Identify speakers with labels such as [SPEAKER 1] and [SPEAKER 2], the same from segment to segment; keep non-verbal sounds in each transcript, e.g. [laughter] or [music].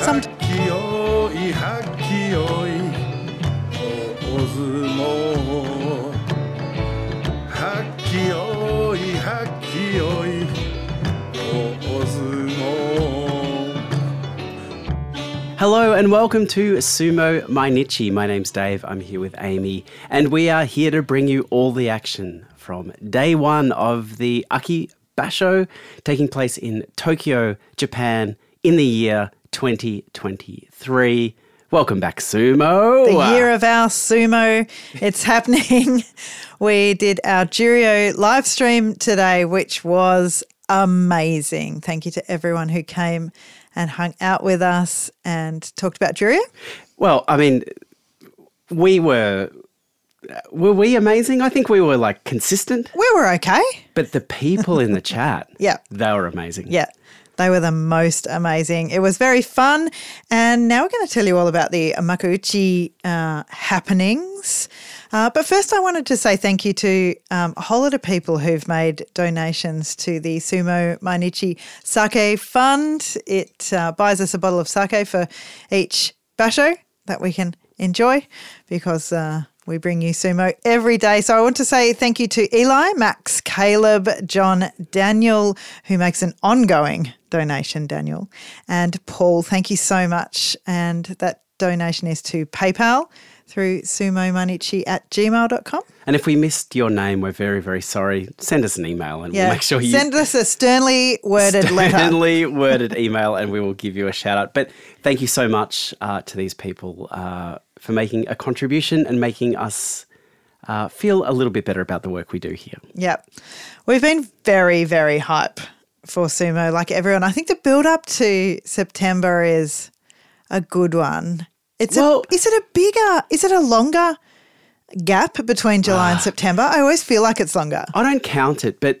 [SPEAKER 1] Some-
[SPEAKER 2] きよいはきよい大相撲はきよいはきよい大相撲
[SPEAKER 3] Hello and welcome to Sumo Mainichi. My name's Dave. I'm here with Amy, and we are here to bring you all the action from day one of the Aki Basho taking place in Tokyo, Japan, in the year 2023. Welcome back, Sumo.
[SPEAKER 1] The year of our sumo. It's happening. [laughs] We did our Jurio live stream today, which was amazing. Thank you to everyone who came and hung out with us and talked about Jurio.
[SPEAKER 3] Well, I mean, we were. Were we amazing? I think we were like consistent,
[SPEAKER 1] We were okay.
[SPEAKER 3] but the
[SPEAKER 1] [laughs]
[SPEAKER 3] people in the chat,
[SPEAKER 1] Yeah.
[SPEAKER 3] they were amazing.
[SPEAKER 1] Yeah. They were the most amazing. It was very fun. And now we're going to tell you all about the Makauchi uh, happenings. Uh, but first, I wanted to say thank you to um, a whole lot of people who've made donations to the Sumo Mainichi Sake Fund. It uh, buys us a bottle of sake for each basho that we can enjoy because uh, we bring you sumo every day. So I want to say thank you to Eli, Max, Caleb, John, Daniel, who makes an ongoing donation, Daniel, and Paul. Thank you so much. And that donation is to PayPal through sumomanichi at gmail.com.
[SPEAKER 3] And if we missed your name, we're very, very sorry. Send us an email and we'll make sure you
[SPEAKER 1] send us a sternly worded letter.
[SPEAKER 3] [laughs] sternly worded email and we will give you a shout out. But thank you so much uh, to these people uh, for making a contribution and making us uh, feel a little bit better about the work we do here.
[SPEAKER 1] Yep. We've been very, very hype for sumo, like everyone. I think the build up to September is a good one. It's
[SPEAKER 3] Well-
[SPEAKER 1] a, is it a bigger, is it a longer gap between July and September? I always feel like it's longer.
[SPEAKER 3] Ah. I don't count it, but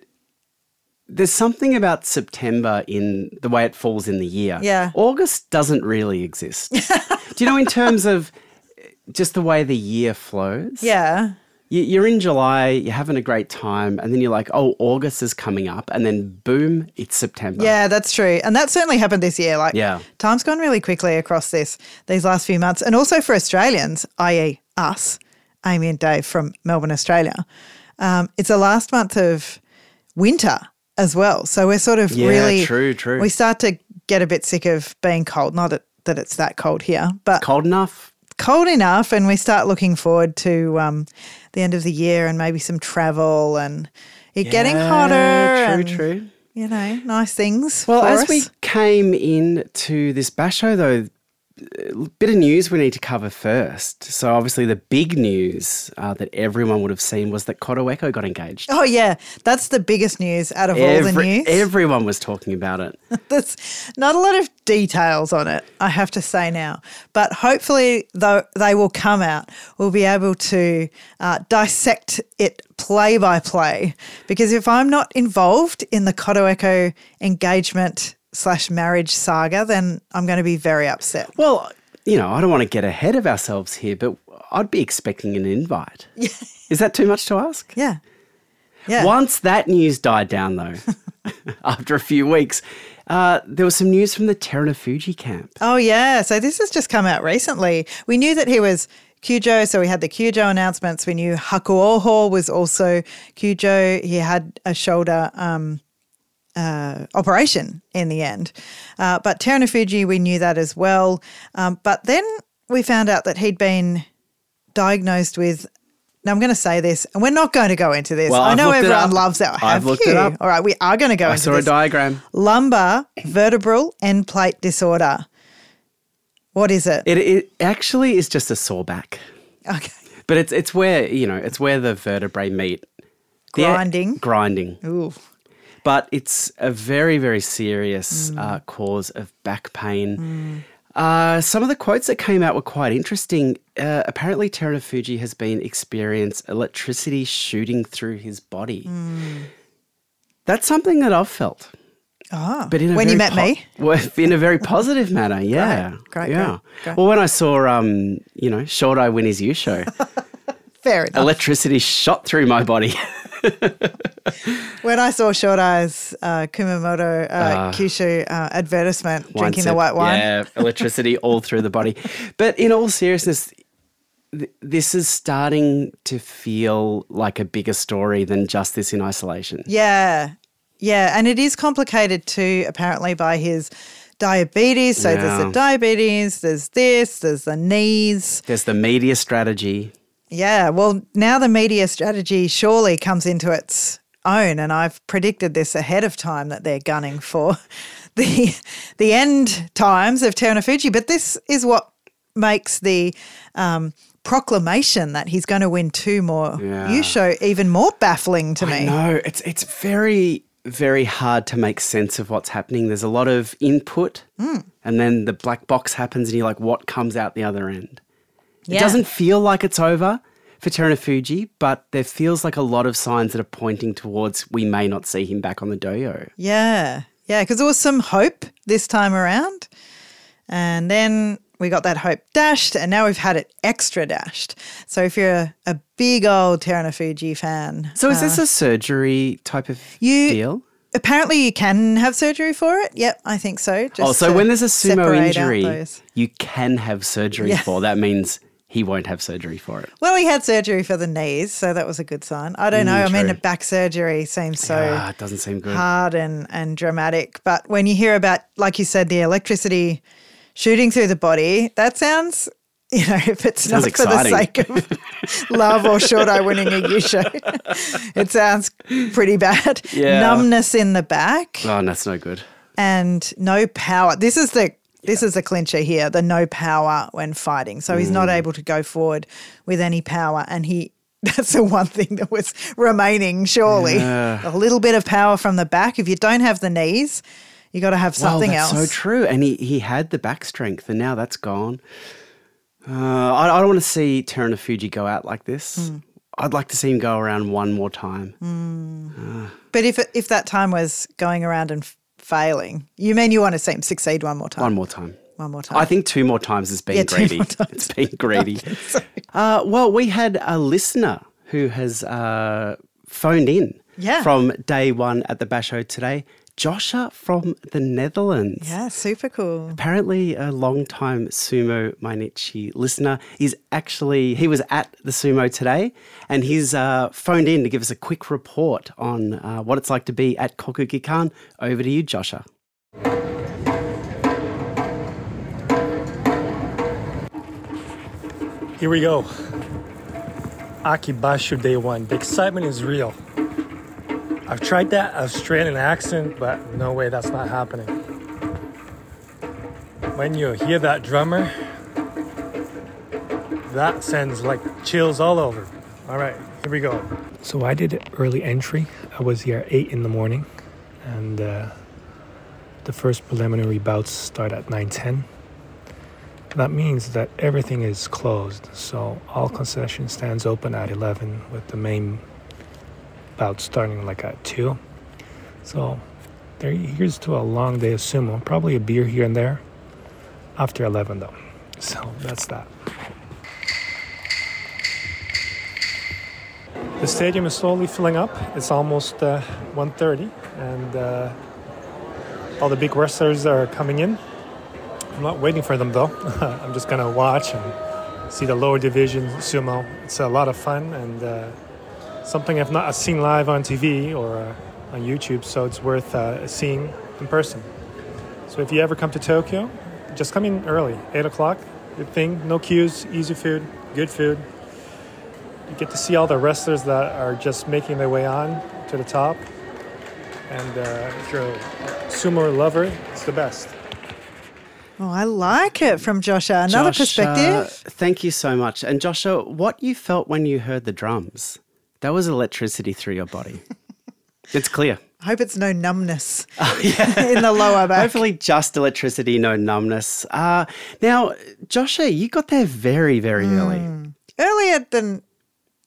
[SPEAKER 3] there's something about September in the way it falls in the year.
[SPEAKER 1] Yeah.
[SPEAKER 3] August doesn't really
[SPEAKER 1] [laughs]
[SPEAKER 3] exist. do you know, in terms of just the way the year flows?
[SPEAKER 1] Yeah.
[SPEAKER 3] You- You're in July, you're having a great time, and then you're like, oh, August is coming up. And then boom, it's September.
[SPEAKER 1] Yeah, that's true. And that certainly happened this year. Like
[SPEAKER 3] Yeah.
[SPEAKER 1] time's gone really quickly across this these last few months. And also for Australians, i.e. us, Amy and Dave from Melbourne, Australia. Um, it's the last month of winter as well. So we're sort of
[SPEAKER 3] Yeah,
[SPEAKER 1] really
[SPEAKER 3] true, true.
[SPEAKER 1] We start to get a bit sick of being cold. Not that that it's that cold here, but
[SPEAKER 3] Cold enough?
[SPEAKER 1] cold enough and we start looking forward to um, the end of the year and maybe some travel and you're getting
[SPEAKER 3] Yeah,
[SPEAKER 1] hotter and,
[SPEAKER 3] True, true.
[SPEAKER 1] you know nice things
[SPEAKER 3] Well,
[SPEAKER 1] for
[SPEAKER 3] as
[SPEAKER 1] us.
[SPEAKER 3] we came into this basho, though, a bit of news we need to cover first. So, obviously, the big news uh, that everyone would have seen was that Kotoweko got engaged.
[SPEAKER 1] Oh yeah, that's the biggest news out of all the
[SPEAKER 3] Every-
[SPEAKER 1] news.
[SPEAKER 3] Everyone was talking about it.
[SPEAKER 1] [laughs] There's not a lot of details on it, I have to say now, but hopefully though they will come out. We'll be able to uh, dissect it play by play because if I'm not involved in the Kotoeko engagement slash marriage saga, then I'm going to be very
[SPEAKER 3] [laughs]
[SPEAKER 1] upset.
[SPEAKER 3] Well, you know, I don't want to get ahead of ourselves here, but I'd be expecting an invite. Is that too much to ask?
[SPEAKER 1] Yeah, yeah.
[SPEAKER 3] Once that news died
[SPEAKER 1] [laughs]
[SPEAKER 3] down, though, after a few weeks, uh, there was some news from the Terunofuji camp.
[SPEAKER 1] Oh yeah, so this has just come out recently. We knew that he was Cujo, so we had the Cujo announcements. We knew Hakuoho was also Cujo. He had a shoulder um, uh, operation in the end, uh, but Terunofuji, we knew that as well. Um, but then we found out that he'd been diagnosed with. Now I'm going to say this, and we're not going to go into this.
[SPEAKER 3] Well,
[SPEAKER 1] I
[SPEAKER 3] I've
[SPEAKER 1] know
[SPEAKER 3] looked it
[SPEAKER 1] everyone
[SPEAKER 3] up.
[SPEAKER 1] loves that.
[SPEAKER 3] I've
[SPEAKER 1] Have
[SPEAKER 3] looked it
[SPEAKER 1] you?
[SPEAKER 3] up.
[SPEAKER 1] All right, we are going to go
[SPEAKER 3] I
[SPEAKER 1] into
[SPEAKER 3] saw a
[SPEAKER 1] this
[SPEAKER 3] diagram.
[SPEAKER 1] lumbar vertebral end plate disorder. What is it?
[SPEAKER 3] It, it actually is just a sore back,
[SPEAKER 1] okay.
[SPEAKER 3] but it's it's where you know it's where the vertebrae meet. The-
[SPEAKER 1] Grinding.
[SPEAKER 3] grinding.
[SPEAKER 1] Ooh.
[SPEAKER 3] but it's a very, very serious
[SPEAKER 1] Mm.
[SPEAKER 3] uh, cause of back pain. Uh, some of the quotes that came out were quite interesting. Uh, apparently, Terunofuji has been experienced electricity shooting through his body.
[SPEAKER 1] Mm.
[SPEAKER 3] That's something that I've felt,
[SPEAKER 1] Oh.
[SPEAKER 3] but in a
[SPEAKER 1] when you
[SPEAKER 3] very
[SPEAKER 1] met
[SPEAKER 3] po-
[SPEAKER 1] me.
[SPEAKER 3] [laughs] well, in a very positive manner. Yeah,
[SPEAKER 1] [laughs] great,
[SPEAKER 3] yeah.
[SPEAKER 1] great, great.
[SPEAKER 3] Well, when I saw, um,
[SPEAKER 1] [laughs]
[SPEAKER 3] you know, Short Eye Winnie's You show,
[SPEAKER 1] Fair enough.
[SPEAKER 3] electricity shot through my body. [laughs]
[SPEAKER 1] When I saw Short Eyes uh, Kumamoto uh, Kyushu uh, advertisement drinking the
[SPEAKER 3] it-
[SPEAKER 1] white wine,
[SPEAKER 3] Yeah, electricity all through the body. But in all seriousness, th- this is starting to feel like a bigger story than just this in isolation.
[SPEAKER 1] Yeah. Yeah. And it is complicated too, apparently, by his diabetes. So there's
[SPEAKER 3] Yeah.
[SPEAKER 1] the diabetes, there's this, there's the knees.
[SPEAKER 3] There's the media strategy.
[SPEAKER 1] Yeah. Well, now the media strategy surely comes into its own. And I've predicted this ahead of time that they're gunning for [laughs] the the end times of Terra Fuji. But this is what makes the um, proclamation that he's going to win two more
[SPEAKER 3] Yeah.
[SPEAKER 1] you show even more baffling to me.
[SPEAKER 3] No, it's it's very very hard to make sense of what's happening. There's a lot of input,
[SPEAKER 1] Hmm.
[SPEAKER 3] and then the black box happens, and you're like, what comes out the other end? It
[SPEAKER 1] Yeah.
[SPEAKER 3] doesn't feel like it's over for Terunofuji, but there feels like a lot of signs that are pointing towards we may not see him back on the doyo.
[SPEAKER 1] Yeah. Yeah. Because there was some hope this time around. And then we got that hope dashed. And now we've had it extra dashed. So if you're a, a big old Terunofuji fan,
[SPEAKER 3] So is this a surgery type of
[SPEAKER 1] Uh. you-
[SPEAKER 3] deal?
[SPEAKER 1] apparently you can have surgery for it. Yep. I think so. Just
[SPEAKER 3] Oh, so
[SPEAKER 1] to
[SPEAKER 3] when there's a sumo
[SPEAKER 1] separate out
[SPEAKER 3] injury,
[SPEAKER 1] those.
[SPEAKER 3] you can have surgery
[SPEAKER 1] Yeah.
[SPEAKER 3] for. That means he won't have surgery for it.
[SPEAKER 1] Well, he had surgery for the knees. So that was a good sign. I don't know. I mean, the
[SPEAKER 3] true.
[SPEAKER 1] back surgery seems so.
[SPEAKER 3] Ah, it doesn't seem good.
[SPEAKER 1] hard and, and dramatic. But when you hear about, like you said, the electricity shooting through the body, that sounds, [laughs] you know, if it's
[SPEAKER 3] Sounds
[SPEAKER 1] not for the
[SPEAKER 3] [laughs]
[SPEAKER 1] sake of love or short eye winning a U show, it sounds pretty bad.
[SPEAKER 3] Yeah.
[SPEAKER 1] Numbness in the back
[SPEAKER 3] Oh, no, that's no good.
[SPEAKER 1] and no power. This is the this is the clincher here, the no power when fighting. So he's
[SPEAKER 3] Mm.
[SPEAKER 1] not able to go forward with any power and he [laughs] that's the one thing that was remaining surely. A little bit of power from the back. If you don't have the knees, you got to have something
[SPEAKER 3] wow, that's
[SPEAKER 1] else.
[SPEAKER 3] So true. And he, he had the back strength, and now that's gone. Uh, I, I don't want to see Terran Fuji go out like this.
[SPEAKER 1] Hmm.
[SPEAKER 3] I'd like to see him go around one more time.
[SPEAKER 1] But if it, if that time was going around and f- failing, you mean you want to see him succeed one more time?
[SPEAKER 3] One more time.
[SPEAKER 1] One more time.
[SPEAKER 3] I think two more times has been
[SPEAKER 1] Oh. Yeah, two
[SPEAKER 3] greedy.
[SPEAKER 1] more times.
[SPEAKER 3] It's been
[SPEAKER 1] [laughs]
[SPEAKER 3] greedy. uh, well, we had a listener who has uh, phoned in
[SPEAKER 1] Yeah.
[SPEAKER 3] from day one at the Basho today. Joshua from the Netherlands.
[SPEAKER 1] yeah, super cool.
[SPEAKER 3] Apparently, a long-time sumo Mainichi listener is actually he was at the sumo today, and he's uh, phoned in to give us a quick report on uh, what it's like to be at Kokugikan. Over to you, Joshua.
[SPEAKER 4] Here we go. Akibashu day one. The excitement is real. I've tried that Australian accent, but no way that's not happening. When you hear that drummer, that sends like chills all over. All right, here we go. So I did early entry. I was here at 8 in the morning, and uh, the first preliminary bouts start at 9:10. That means that everything is closed, so all concession stands open at 11 with the main bout starting like at 2. So there, here's to a long day of sumo, probably a beer here and there after 11 though. So that's that. The stadium is slowly filling up. It's almost uh, 1.30 and uh, all the big wrestlers are coming in. I'm not waiting for them though. [laughs] I'm just gonna watch and see the lower division sumo. It's a lot of fun and uh, something I've not seen live on TV or uh, on YouTube, so it's worth uh, seeing in person. So if you ever come to Tokyo, just come in early, eight o'clock. Good thing, no queues, easy food, good food. You get to see all the wrestlers that are just making their way on to the top. And uh, if you're a sumo lover, it's the best.
[SPEAKER 1] Oh, I like it from Joshua. Another
[SPEAKER 3] Joshua,
[SPEAKER 1] perspective.
[SPEAKER 3] Thank you so much. And Joshua, what you felt when you heard the drums? That was electricity through
[SPEAKER 1] [laughs]
[SPEAKER 3] your body. it's clear.
[SPEAKER 1] I hope it's no
[SPEAKER 3] [laughs]
[SPEAKER 1] numbness [laughs] in the lower back.
[SPEAKER 3] Oh, Hopefully, just electricity, no numbness. Uh, now, Joshua, you got there very, very
[SPEAKER 1] Hmm.
[SPEAKER 3] early.
[SPEAKER 1] earlier than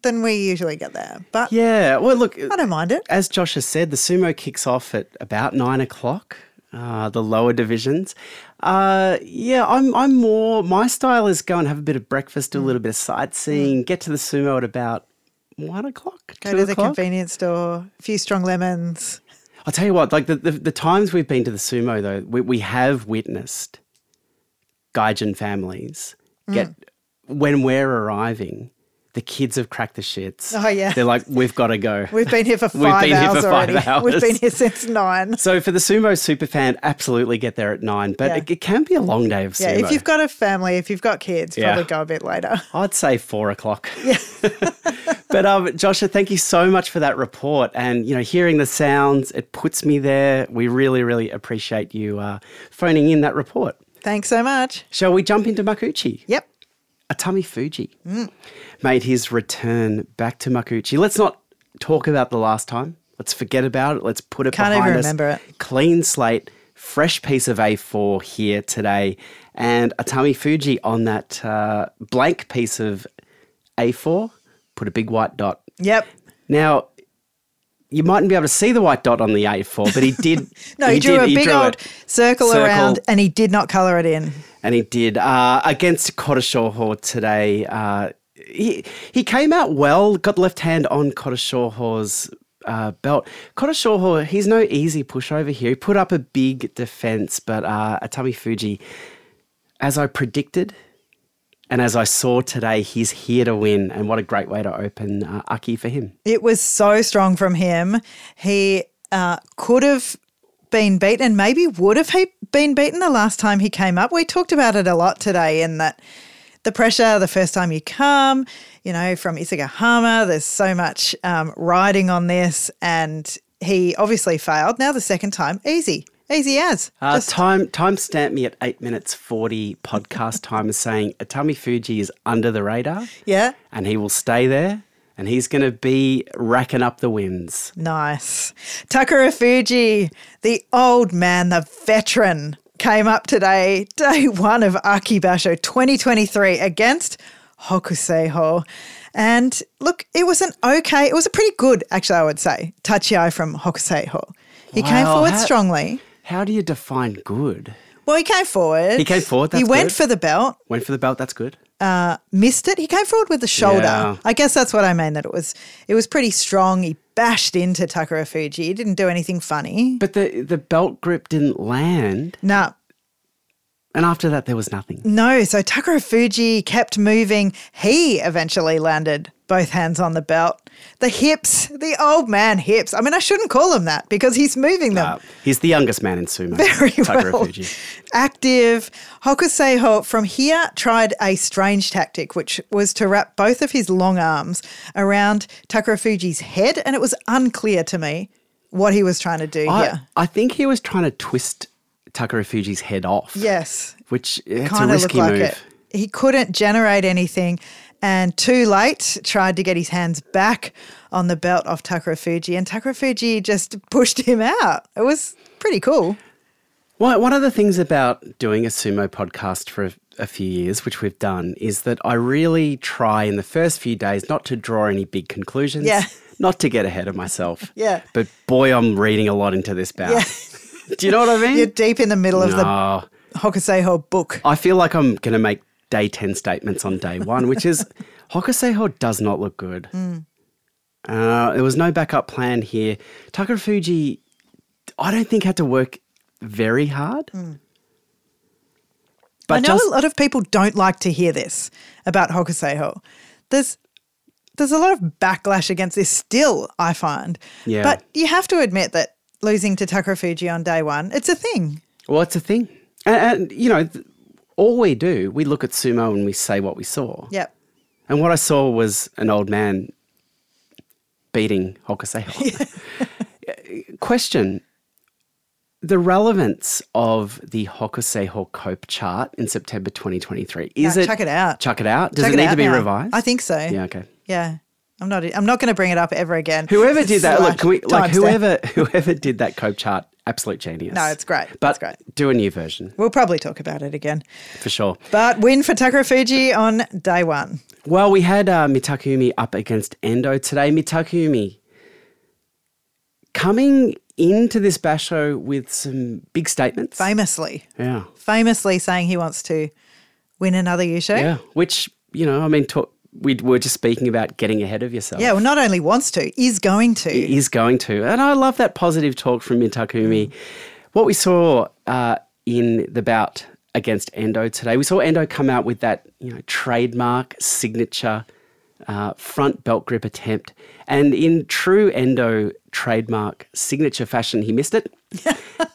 [SPEAKER 1] than we usually get there. But
[SPEAKER 3] Yeah. Well, look,
[SPEAKER 1] I don't mind it.
[SPEAKER 3] as Josh has said, the sumo kicks off at about nine o'clock. Uh, the lower divisions. Uh, yeah, I'm. I'm
[SPEAKER 1] Mm.
[SPEAKER 3] more. My style is go and have a bit of breakfast, do a little bit of sightseeing, get to the sumo at about one o'clock.
[SPEAKER 1] Go
[SPEAKER 3] two
[SPEAKER 1] to the
[SPEAKER 3] o'clock.
[SPEAKER 1] convenience store, a few strong lemons.
[SPEAKER 3] I'll tell you what, like the, the, the times we've been to the sumo, though, we, we have witnessed Gaijin families
[SPEAKER 1] Mm.
[SPEAKER 3] get, when we're arriving, the kids have cracked the shits.
[SPEAKER 1] Oh, yeah.
[SPEAKER 3] They're like, we've got to go.
[SPEAKER 1] We've been here for
[SPEAKER 3] [laughs] We've
[SPEAKER 1] five
[SPEAKER 3] been here
[SPEAKER 1] hours
[SPEAKER 3] for five
[SPEAKER 1] already. [laughs] We've
[SPEAKER 3] hours.
[SPEAKER 1] been here since
[SPEAKER 3] [laughs]
[SPEAKER 1] nine.
[SPEAKER 3] so for the sumo superfan, absolutely get there at nine, but
[SPEAKER 1] Yeah.
[SPEAKER 3] it, it can be a long day of
[SPEAKER 1] Yeah,
[SPEAKER 3] sumo.
[SPEAKER 1] if you've got a family, if you've got kids,
[SPEAKER 3] Yeah.
[SPEAKER 1] probably go a bit later. [laughs]
[SPEAKER 3] I'd say four o'clock. [laughs] but um, Joshua, thank you so much for that report. And you know, hearing the sounds, it puts me there. We really, really appreciate you uh, phoning in that report.
[SPEAKER 1] Thanks so much.
[SPEAKER 3] Shall we jump into Makuchi?
[SPEAKER 1] Yep.
[SPEAKER 3] Atami Fuji made his return back to Makuchi. Let's not talk about the last time. Let's forget about it. Let's put it
[SPEAKER 1] Can't
[SPEAKER 3] behind
[SPEAKER 1] even
[SPEAKER 3] us.
[SPEAKER 1] remember it.
[SPEAKER 3] Clean slate, fresh piece of A4 here today, and Atami Fuji on that uh, blank piece of A4 put a big white dot.
[SPEAKER 1] Yep.
[SPEAKER 3] Now. You mightn't be able to see the white dot on the A4, but he did.
[SPEAKER 1] [laughs] No, he, drew
[SPEAKER 3] did,
[SPEAKER 1] a big old
[SPEAKER 3] it.
[SPEAKER 1] circle,
[SPEAKER 3] Circle.
[SPEAKER 1] around and he did not colour it in.
[SPEAKER 3] and he did uh, against Kodashawho today. Uh, he he came out well, got the left hand on Kodashawho's uh, belt. Kodashawho, he's no easy pushover here. He put up a big defense, but uh, Atami Fuji, as I predicted. And as I saw today, he's here to win. And what a great way to open uh, Aki for him.
[SPEAKER 1] It was so strong from him. He uh, could have been beaten and maybe would have he been beaten the last time he came up. We talked about it a lot today in that the pressure the first time you come, you know, from Isagahama, there's so much um, riding on this. And he obviously failed. Now the second time, easy, easy as.
[SPEAKER 3] Uh,
[SPEAKER 1] Just-
[SPEAKER 3] time time stamped me at 8 minutes 40 podcast time is saying Atami Fuji is under the radar.
[SPEAKER 1] yeah,
[SPEAKER 3] and he will stay there and he's going to be racking up the wins.
[SPEAKER 1] Nice. Takara Fuji, the old man, the veteran, came up today, day one of Akibasho 2023 against Hokuseiho. And look, it was an okay, it was a pretty good, actually, I would say, tachi from Hokuseiho. He came
[SPEAKER 3] Wow,
[SPEAKER 1] forward
[SPEAKER 3] how-
[SPEAKER 1] strongly.
[SPEAKER 3] How do you define good?
[SPEAKER 1] Well, he came forward.
[SPEAKER 3] He came forward,
[SPEAKER 1] he
[SPEAKER 3] that's
[SPEAKER 1] went
[SPEAKER 3] good.
[SPEAKER 1] for the belt,
[SPEAKER 3] Went for the belt, that's good.
[SPEAKER 1] missed it. He came forward with the shoulder.
[SPEAKER 3] Yeah.
[SPEAKER 1] I guess that's what I mean. That it was, it was pretty strong. He bashed into Takara Fuji. He didn't do anything funny.
[SPEAKER 3] But the the belt grip didn't land,
[SPEAKER 1] Nah,
[SPEAKER 3] and after that there was nothing.
[SPEAKER 1] No, so Takara Fuji kept moving. He eventually landed both hands on the belt. The hips, the old man hips. I mean, I shouldn't call him that because he's moving them
[SPEAKER 3] Uh, he's the youngest man in sumo.
[SPEAKER 1] [laughs] very
[SPEAKER 3] Takara
[SPEAKER 1] well.
[SPEAKER 3] Fuji.
[SPEAKER 1] Active. Hokuseiho from here tried a strange tactic, which was to wrap both of his long arms around Takara Fuji's head, and it was unclear to me what he was trying to do
[SPEAKER 3] I,
[SPEAKER 1] here.
[SPEAKER 3] I think he was trying to twist Takara Fuji's head off.
[SPEAKER 1] Yes.
[SPEAKER 3] Which it's a
[SPEAKER 1] kind of looked
[SPEAKER 3] risky
[SPEAKER 1] like
[SPEAKER 3] move.
[SPEAKER 1] it. He couldn't generate anything and too late tried to get his hands back on the belt of Takara Fuji and Takara Fuji just pushed him out. It was pretty cool.
[SPEAKER 3] Well, one of the things about doing a sumo podcast for a, a few years, which we've done, is that I really try in the first few days not to draw any big conclusions,
[SPEAKER 1] Yeah.
[SPEAKER 3] not to get ahead of myself.
[SPEAKER 1] Yeah.
[SPEAKER 3] But boy, I'm reading a lot into this bout. [laughs] Do you know what I
[SPEAKER 1] [laughs]
[SPEAKER 3] mean?
[SPEAKER 1] You're deep in the middle of the
[SPEAKER 3] no.
[SPEAKER 1] Hokuseiho book.
[SPEAKER 3] I feel like I'm going to make day 10 statements on day one, which is [laughs] Hokuseiho does not look good.
[SPEAKER 1] Hmm.
[SPEAKER 3] Uh, there was no backup plan here. Takara Fuji, I don't think, had to work very hard. But
[SPEAKER 1] Hmm. I know
[SPEAKER 3] just-
[SPEAKER 1] a lot of people don't like to hear this about Hokuseiho. There's there's a lot of backlash against this still, I find.
[SPEAKER 3] Yeah.
[SPEAKER 1] But you have to admit that losing to Takara Fuji on day one, it's a thing.
[SPEAKER 3] Well, it's a thing. And, and you know, th- all we do, we look at sumo and we say what we saw.
[SPEAKER 1] Yep.
[SPEAKER 3] And what I saw was an old man beating
[SPEAKER 1] [laughs]
[SPEAKER 3] Hokuseiho. [laughs] Question The relevance of the Hokuseiho Cope chart in September 2023 is
[SPEAKER 1] No,
[SPEAKER 3] it
[SPEAKER 1] check it out.
[SPEAKER 3] Chuck it out. Does
[SPEAKER 1] Check
[SPEAKER 3] it, need
[SPEAKER 1] out
[SPEAKER 3] to be
[SPEAKER 1] now.
[SPEAKER 3] revised?
[SPEAKER 1] I think so.
[SPEAKER 3] Yeah, okay.
[SPEAKER 1] Yeah. I'm not I'm not going to bring it up ever again.
[SPEAKER 3] Whoever did that, look, can we, like
[SPEAKER 1] Timestamp.
[SPEAKER 3] whoever [laughs] whoever did that Cope chart, absolute genius.
[SPEAKER 1] No, it's great.
[SPEAKER 3] But
[SPEAKER 1] It's great.
[SPEAKER 3] do a new version
[SPEAKER 1] We'll probably talk about it again.
[SPEAKER 3] for sure.
[SPEAKER 1] But win for Takara Fuji on day one.
[SPEAKER 3] Well, we had uh, Mitakumi up against Endo today. Mitakumi coming into this basho with some big statements.
[SPEAKER 1] Famously.
[SPEAKER 3] Yeah.
[SPEAKER 1] Famously saying he wants to win another Yusho.
[SPEAKER 3] Yeah. Which, you know, I mean, talk, we were just speaking about getting ahead of yourself.
[SPEAKER 1] Yeah, well, not only wants to, is going to.
[SPEAKER 3] It is going to. And I love that positive talk from Min Takumi. What we saw uh, in the bout against Endo today, we saw Endo come out with that you know trademark signature uh, front belt grip attempt, and in true Endo trademark signature fashion, he missed it.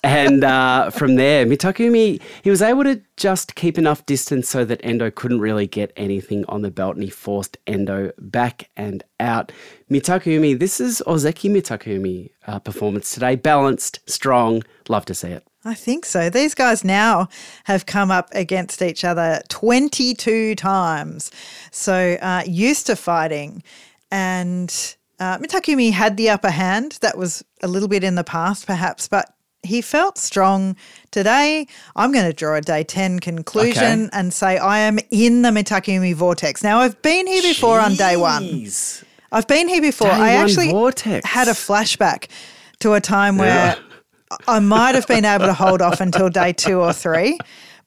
[SPEAKER 3] and uh, from there, Mitakumi he was able to just keep enough distance so that Endo couldn't really get anything on the belt, and he forced Endo back and out. Mitakumi, this is Ozeki Mitakumi uh, performance today, balanced, strong. Love to see it.
[SPEAKER 1] I think so. These guys now have come up against each other 22 times. So uh, used to fighting. And uh, Mitakumi had the upper hand. That was a little bit in the past, perhaps, but he felt strong today. I'm going to draw a day 10 conclusion
[SPEAKER 3] Okay.
[SPEAKER 1] and say I am in the Mitakumi vortex. Now, I've been here before on day one.
[SPEAKER 3] Jeez.
[SPEAKER 1] I've been here before.
[SPEAKER 3] Day
[SPEAKER 1] I
[SPEAKER 3] one
[SPEAKER 1] actually
[SPEAKER 3] vortex.
[SPEAKER 1] had a flashback to a time where I I might have been able to hold off until day two or three,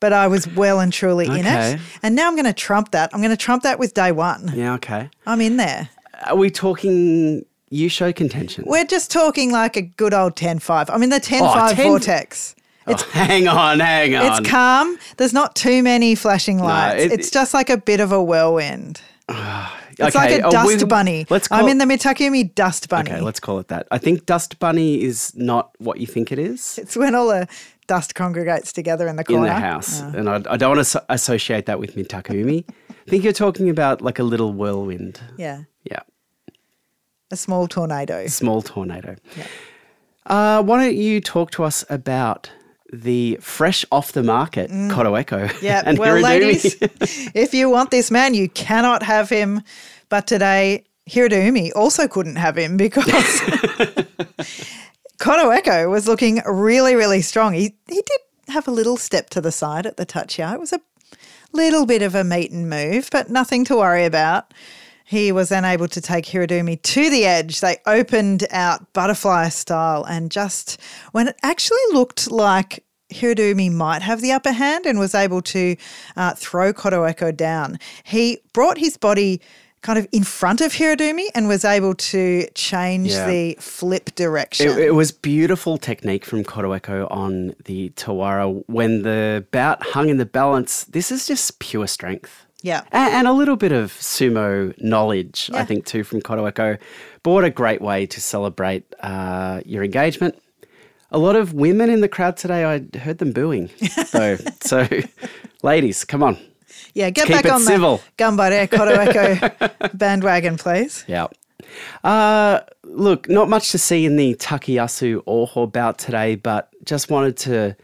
[SPEAKER 1] but I was well and truly in
[SPEAKER 3] Okay.
[SPEAKER 1] it. And now I'm going to trump that. I'm going to trump that with day one.
[SPEAKER 3] Yeah, okay.
[SPEAKER 1] I'm in there.
[SPEAKER 3] Are we talking you show contention?
[SPEAKER 1] We're just talking like a good old 10 5. I'm in the 10 5
[SPEAKER 3] 10
[SPEAKER 1] vortex.
[SPEAKER 3] Oh, hang on, hang on.
[SPEAKER 1] It's calm. There's not too many flashing lights.
[SPEAKER 3] it-
[SPEAKER 1] it's just like a bit of a whirlwind. It's
[SPEAKER 3] Okay,
[SPEAKER 1] like a
[SPEAKER 3] oh,
[SPEAKER 1] dust
[SPEAKER 3] we-
[SPEAKER 1] bunny.
[SPEAKER 3] Let's call,
[SPEAKER 1] I'm in the Mitakumi dust bunny.
[SPEAKER 3] Okay, let's call it that. I think dust bunny is not what you think it is
[SPEAKER 1] It's when all the dust congregates together in the
[SPEAKER 3] in
[SPEAKER 1] corner. Oh. Uh,
[SPEAKER 3] the house, and I, I don't want to associate that
[SPEAKER 1] [laughs]
[SPEAKER 3] with Mintakumi. I think you're talking about like a little whirlwind.
[SPEAKER 1] Yeah.
[SPEAKER 3] Yeah,
[SPEAKER 1] A small tornado.
[SPEAKER 3] small tornado. Uh, why don't you talk to us about the fresh off the market mm. [laughs]
[SPEAKER 1] Yeah.
[SPEAKER 3] and
[SPEAKER 1] well,
[SPEAKER 3] Hiradumi?
[SPEAKER 1] ladies, if you want this man, you cannot have him. But today, Hiradumi also couldn't have him because Koto Echo was looking really, really strong. He he did have a little step to the side at the touch here. It was a little bit of a meet and move, but nothing to worry about. He was then able to take Hiradumi to the edge. They opened out butterfly style, and just when it actually looked like Hiradumi might have the upper hand and was able to uh, throw Kotoeko down, he brought his body kind of in front of Hiradumi and was able to change
[SPEAKER 3] Yeah.
[SPEAKER 1] the flip direction.
[SPEAKER 3] [laughs] It, it was beautiful technique from Kotoeko on the Tawara when the bout hung in the balance. This is just pure strength.
[SPEAKER 1] Yeah.
[SPEAKER 3] A- And, a little bit of sumo knowledge, I
[SPEAKER 1] Yeah.
[SPEAKER 3] think, too, from Kotoeko. But what a great way to celebrate uh, your engagement. A lot of women in the crowd today, I heard them booing,
[SPEAKER 1] [laughs]
[SPEAKER 3] though. so, ladies, come on.
[SPEAKER 1] Yeah, get
[SPEAKER 3] keep
[SPEAKER 1] back
[SPEAKER 3] it
[SPEAKER 1] on
[SPEAKER 3] civil.
[SPEAKER 1] the Gambare
[SPEAKER 3] [laughs]
[SPEAKER 1] Kotoeko bandwagon, please.
[SPEAKER 3] Yeah. Uh, look, not much to see in the Takeyasu Oho bout today, but just wanted to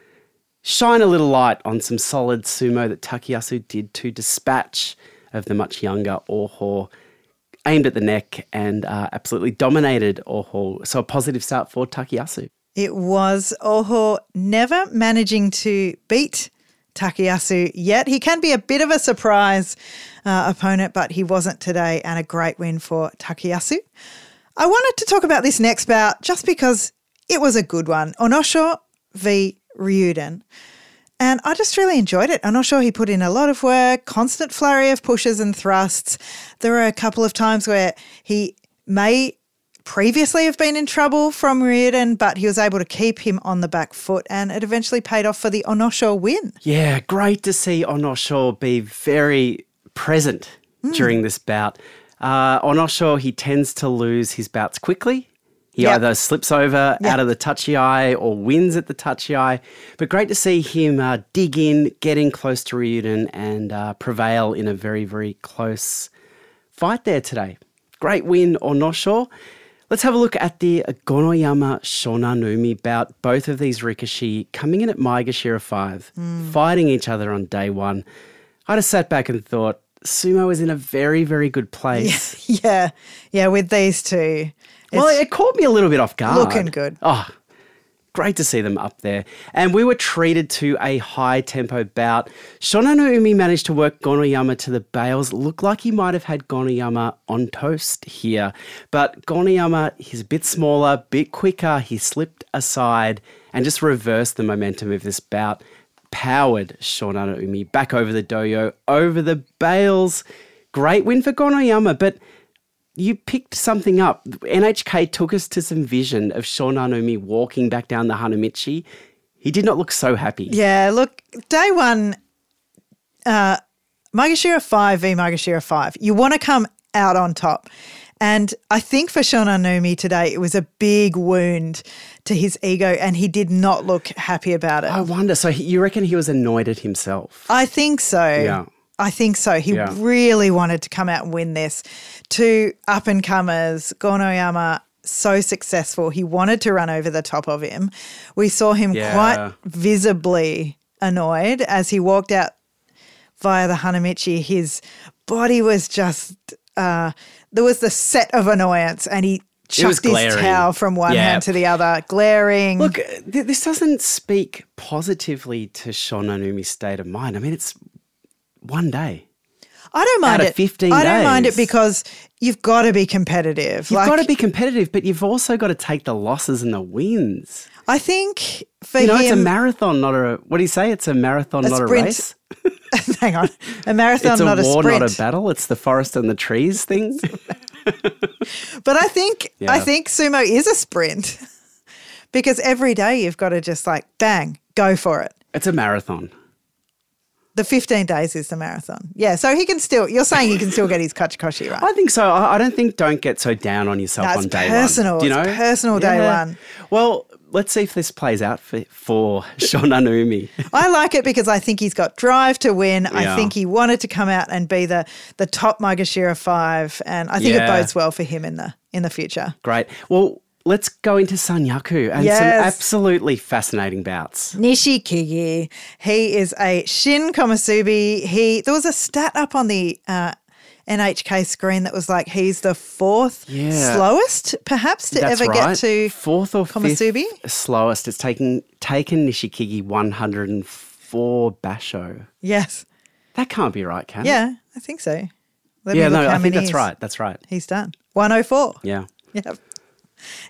[SPEAKER 3] shine a little light on some solid sumo that Takeyasu did to dispatch of the much younger Oho. Aimed at the neck and uh, absolutely dominated Oho. So a positive start for Takeyasu.
[SPEAKER 1] It was Oho never managing to beat Takayasu yet. He can be a bit of a surprise uh, opponent, but he wasn't today, and a great win for Takayasu. I wanted to talk about this next bout just because it was a good one. Onosho v Ryuden. And I just really enjoyed it. I'm not sure he put in a lot of work, constant flurry of pushes and thrusts. There were a couple of times where he may previously have been in trouble from Reardon, but he was able to keep him on the back foot and it eventually paid off for the Onosho win. [laughs]
[SPEAKER 3] Yeah, great to see Onosho be very present during this bout. Uh, Onosho, he tends to lose his bouts quickly. He
[SPEAKER 1] Yep.
[SPEAKER 3] either slips over
[SPEAKER 1] Yeah.
[SPEAKER 3] out of the touchy eye or wins at the touchy eye. But great to see him uh, dig in, getting close to Ryuden, and uh, prevail in a very, very close fight there today. Great win, Onosho. Let's have a look at the Gonoyama Shonanumi bout. Both of these Ricochet coming in at Maigashira 5, fighting each other on day one. I just sat back and thought, Sumo is in a very, very good place.
[SPEAKER 1] yeah, yeah, with these two.
[SPEAKER 3] Well,
[SPEAKER 1] It's-
[SPEAKER 3] it caught me a little bit off guard.
[SPEAKER 1] Looking good.
[SPEAKER 3] Oh, great to see them up there. And we were treated to a high tempo bout. Shonano Umi managed to work Gonoyama to the bales. Looked like he might have had Gonoyama on toast here. But Gonoyama, he's a bit smaller, bit quicker. He slipped aside and just reversed the momentum of this bout. Powered Shonano Umi back over the doyo, over the bales. Great win for Gonoyama, but you picked something up. NHK took us to some vision of Shonanumi walking back down the Hanamichi. He did not look so happy.
[SPEAKER 1] Yeah, look, day one, uh, Magashira 5 v Magashira 5. You want to come out on top. And I think for Sean Anumi today, it was a big wound to his ego, and he did not look happy about it.
[SPEAKER 3] I wonder. So he- you reckon he was annoyed at himself?
[SPEAKER 1] I think so.
[SPEAKER 3] Yeah.
[SPEAKER 1] I think so. He
[SPEAKER 3] Yeah.
[SPEAKER 1] really wanted to come out and win this. Two up and comers, Gonoyama, so successful. He wanted to run over the top of him. We saw him
[SPEAKER 3] Yeah.
[SPEAKER 1] quite visibly annoyed as he walked out via the Hanamichi. His body was just, uh, there was the set of annoyance, and he
[SPEAKER 3] was
[SPEAKER 1] chucked his
[SPEAKER 3] glaring.
[SPEAKER 1] towel from one
[SPEAKER 3] Yeah.
[SPEAKER 1] hand to the other, glaring.
[SPEAKER 3] Look, th- this doesn't speak positively to Shonanumi's state of mind. I mean, it's one day.
[SPEAKER 1] I don't mind
[SPEAKER 3] of
[SPEAKER 1] it.
[SPEAKER 3] 15
[SPEAKER 1] I don't mind it
[SPEAKER 3] days.
[SPEAKER 1] because you've got to be competitive.
[SPEAKER 3] You've
[SPEAKER 1] Like,
[SPEAKER 3] got to be competitive, but you've also got to take the losses and the wins.
[SPEAKER 1] I think for
[SPEAKER 3] You know,
[SPEAKER 1] him,
[SPEAKER 3] it's a marathon, not a. What do you say? It's a marathon,
[SPEAKER 1] A
[SPEAKER 3] not
[SPEAKER 1] sprint.
[SPEAKER 3] a race.
[SPEAKER 1] [laughs] hang on,
[SPEAKER 3] [laughs]
[SPEAKER 1] a marathon,
[SPEAKER 3] It's a
[SPEAKER 1] not a
[SPEAKER 3] war,
[SPEAKER 1] sprint.
[SPEAKER 3] not a battle. It's the forest and the trees
[SPEAKER 1] [laughs]
[SPEAKER 3] thing.
[SPEAKER 1] but I think I
[SPEAKER 3] Yeah.
[SPEAKER 1] think sumo is a sprint [laughs] because every day you've got to just like bang, go for it.
[SPEAKER 3] It's a marathon.
[SPEAKER 1] The 15 days is the marathon. Yeah, so he can still. You're saying he can still
[SPEAKER 3] [laughs]
[SPEAKER 1] get his kachikoshi right?
[SPEAKER 3] I think so. I, I don't think don't get so down on yourself
[SPEAKER 1] No, it's
[SPEAKER 3] on day
[SPEAKER 1] personal.
[SPEAKER 3] one. Do you know,
[SPEAKER 1] It's personal day one.
[SPEAKER 3] Well, let's see if this plays out for, for
[SPEAKER 1] [laughs]
[SPEAKER 3] Shonanumi.
[SPEAKER 1] I like it because I think he's got drive to win. I
[SPEAKER 3] Yeah.
[SPEAKER 1] think he wanted to come out and be the the top Magashira five, and I think it
[SPEAKER 3] Yeah.
[SPEAKER 1] bodes well for him in the in the future.
[SPEAKER 3] Great. Well, let's go into Sanyaku and
[SPEAKER 1] Yes.
[SPEAKER 3] some absolutely fascinating bouts.
[SPEAKER 1] Nishikigi. He is a Shin Komasubi. He there was a stat up on the uh, NHK screen that was like he's the fourth
[SPEAKER 3] Yeah.
[SPEAKER 1] slowest, perhaps, to
[SPEAKER 3] That's
[SPEAKER 1] ever
[SPEAKER 3] right.
[SPEAKER 1] get to
[SPEAKER 3] fourth or
[SPEAKER 1] Komasubi?
[SPEAKER 3] fifth slowest. It's taken taken Nishikigi one hundred and four basho.
[SPEAKER 1] yes,
[SPEAKER 3] That can't be right, can it?
[SPEAKER 1] yeah, I think so. Let me
[SPEAKER 3] Yeah,
[SPEAKER 1] look how
[SPEAKER 3] no, I think
[SPEAKER 1] many
[SPEAKER 3] that's
[SPEAKER 1] is-
[SPEAKER 3] right. That's right.
[SPEAKER 1] He's done one oh four.
[SPEAKER 3] Yeah.
[SPEAKER 1] Yep,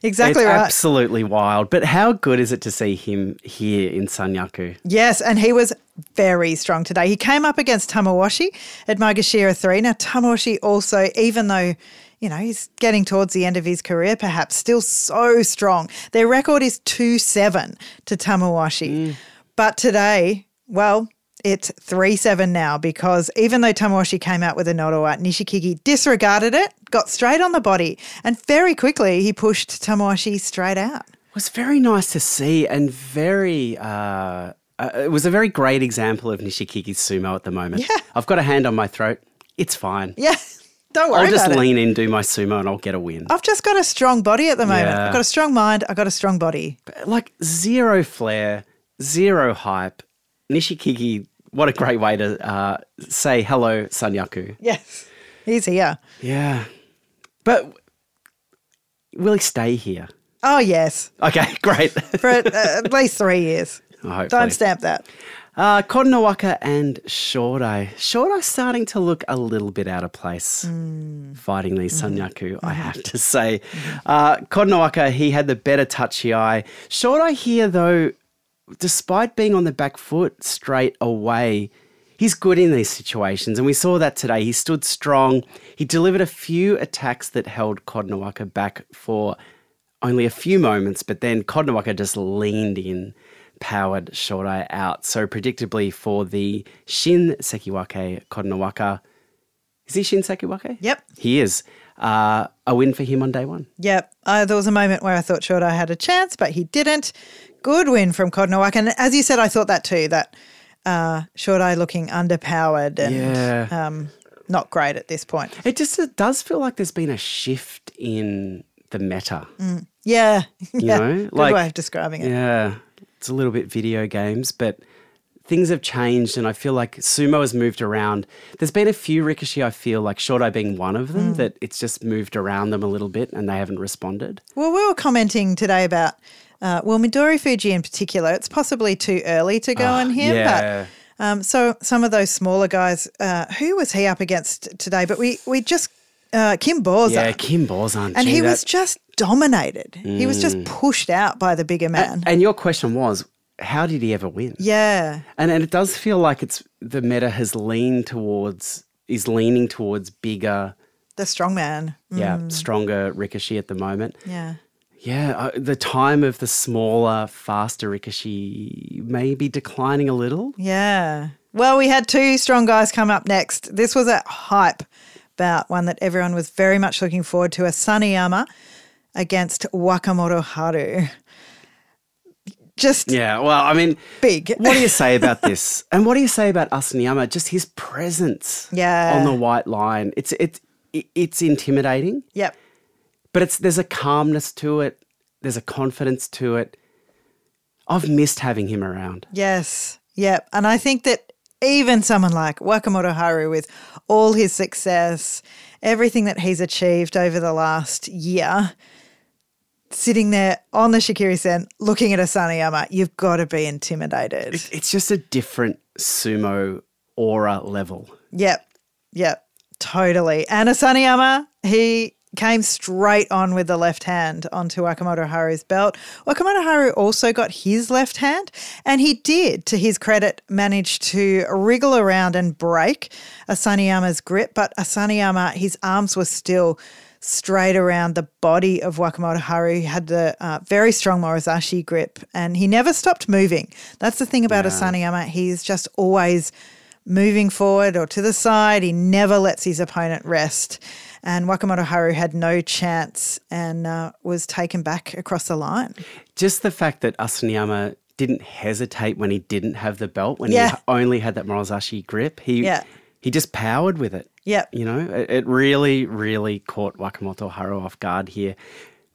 [SPEAKER 1] exactly
[SPEAKER 3] it's
[SPEAKER 1] right.
[SPEAKER 3] absolutely wild. But how good is it to see him here in Sanyaku?
[SPEAKER 1] Yes, and he was very strong today. He came up against Tamawashi at Magashira 3. Now, Tamawashi also, even though, you know, he's getting towards the end of his career, perhaps still so strong. Their record is 2 7 to Tamawashi. But today, well, it's 3 7 now because even though Tamawashi came out with a Norowa, Nishikigi disregarded it, got straight on the body, and very quickly he pushed Tamawashi straight out. [laughs]
[SPEAKER 3] was very nice to see and very uh, uh, it was a very great example of Nishikigi's sumo at the moment.
[SPEAKER 1] Yeah.
[SPEAKER 3] I've got a hand on my throat. It's fine.
[SPEAKER 1] Yeah, don't worry
[SPEAKER 3] I'll just
[SPEAKER 1] about it. Oh.
[SPEAKER 3] lean in, do my sumo, and I'll get a win.
[SPEAKER 1] I've just got a strong body at the moment.
[SPEAKER 3] Yeah.
[SPEAKER 1] I've got a strong mind. I've got a strong body.
[SPEAKER 3] Like zero flair, zero hype. Nishikigi, what a great way to uh, say hello, Sanyaku.
[SPEAKER 1] Yes. He's here.
[SPEAKER 3] Yeah. But will he stay here?
[SPEAKER 1] Oh, yes.
[SPEAKER 3] Okay, [laughs] great.
[SPEAKER 1] For at, at [laughs] least three years.
[SPEAKER 3] Hopefully.
[SPEAKER 1] Time stamp that.
[SPEAKER 3] Uh, Kodnawaka and Shorty. Shorty starting to look a little bit out of place fighting these Sanyaku, I have to say. Uh, Kodnawaka, he had the better touchy eye. Shorty here, though, despite being on the back foot straight away, he's good in these situations. And we saw that today. He stood strong. He delivered a few attacks that held Kodnawaka back for only a few moments, but then Kodnawaka just leaned in, powered Short Eye out. So, predictably, for the Shin Sekiwake Kodnawaka, is he Shin Sekiwake?
[SPEAKER 1] Yep.
[SPEAKER 3] He is. Uh, a win for him on day one.
[SPEAKER 1] Yep. Uh, there was a moment where I thought Short I had a chance, but he didn't. Good win from Kodnawak. And as you said, I thought that too, that uh, Short Eye looking underpowered and
[SPEAKER 3] Yeah.
[SPEAKER 1] um, not great at this point.
[SPEAKER 3] It just it does feel like there's been a shift in the meta.
[SPEAKER 1] Yeah. [laughs] yeah.
[SPEAKER 3] know,
[SPEAKER 1] Good
[SPEAKER 3] like-
[SPEAKER 1] way of describing it.
[SPEAKER 3] Yeah, it's a little bit video games, but things have changed, and I feel like sumo has moved around. There's been a few ricochet. I feel like short eye being one of
[SPEAKER 1] Mm.
[SPEAKER 3] them that it's just moved around them a little bit, and they haven't responded.
[SPEAKER 1] Well, we were commenting today about, uh, well, Midori Fuji in particular. It's possibly too early to go on him,
[SPEAKER 3] Ah, yeah.
[SPEAKER 1] but um, so some of those smaller guys. Uh, who was he up against today? But we we just uh, Kim Borza,
[SPEAKER 3] Yeah, Kim Borzan,
[SPEAKER 1] and
[SPEAKER 3] gee,
[SPEAKER 1] he
[SPEAKER 3] that- Mm.
[SPEAKER 1] was just dominated. He was just pushed out by the bigger man.
[SPEAKER 3] And your question was, how did he ever win?
[SPEAKER 1] yeah,
[SPEAKER 3] And and it does feel like it's the meta has leaned towards is leaning towards bigger,
[SPEAKER 1] The strongman. Mm,
[SPEAKER 3] yeah, stronger Ricochet at the moment.
[SPEAKER 1] Yeah.
[SPEAKER 3] Yeah, uh, the time of the smaller, faster Ricochet may be declining a little.
[SPEAKER 1] Yeah. Well, we had two strong guys come up next. This was a hype bout, one that everyone was very much looking forward to. A Sanayama against Wakamoto Haru. Just
[SPEAKER 3] Yeah, well, I mean,
[SPEAKER 1] big.
[SPEAKER 3] what do you say about this? And what do you say about Asaniyama? Just his presence
[SPEAKER 1] Yeah.
[SPEAKER 3] on the white line. It's it's it's intimidating,
[SPEAKER 1] [laughs] Yep.
[SPEAKER 3] but it's there's a calmness to it. There's a confidence to it. I've missed having him around.
[SPEAKER 1] Yes. Yep. And I think that even someone like Wakamoto Haru, with all his success, everything that he's achieved over the last year, sitting there on the Shikiri Sen looking at a Sanayama, you've got to be intimidated.
[SPEAKER 3] It's just a different sumo aura level.
[SPEAKER 1] Yep. Yep. Totally. And Asaniyama, he came straight on with the left hand onto Wakamoto Haru's belt. Wakamoto Haru also got his left hand, and he did, to his credit, manage to wriggle around and break Asaniyama's grip, but Asaniyama, his arms were still straight around the body of Wakamoto Haru. He had the uh, very strong Morizashi grip, and he never stopped moving. That's the thing about Asaniyama. He's just always moving forward or to the side. He never lets his opponent rest. And Wakamoto Haru had no chance and uh, was taken back across the line.
[SPEAKER 3] Just the fact that Asaniyama didn't hesitate when he didn't have the belt, when
[SPEAKER 1] Yeah.
[SPEAKER 3] he only had that Morozashi grip. He
[SPEAKER 1] Yeah.
[SPEAKER 3] he just powered with it.
[SPEAKER 1] Yep.
[SPEAKER 3] You know, it, it really, really caught Wakamoto Haru off guard here.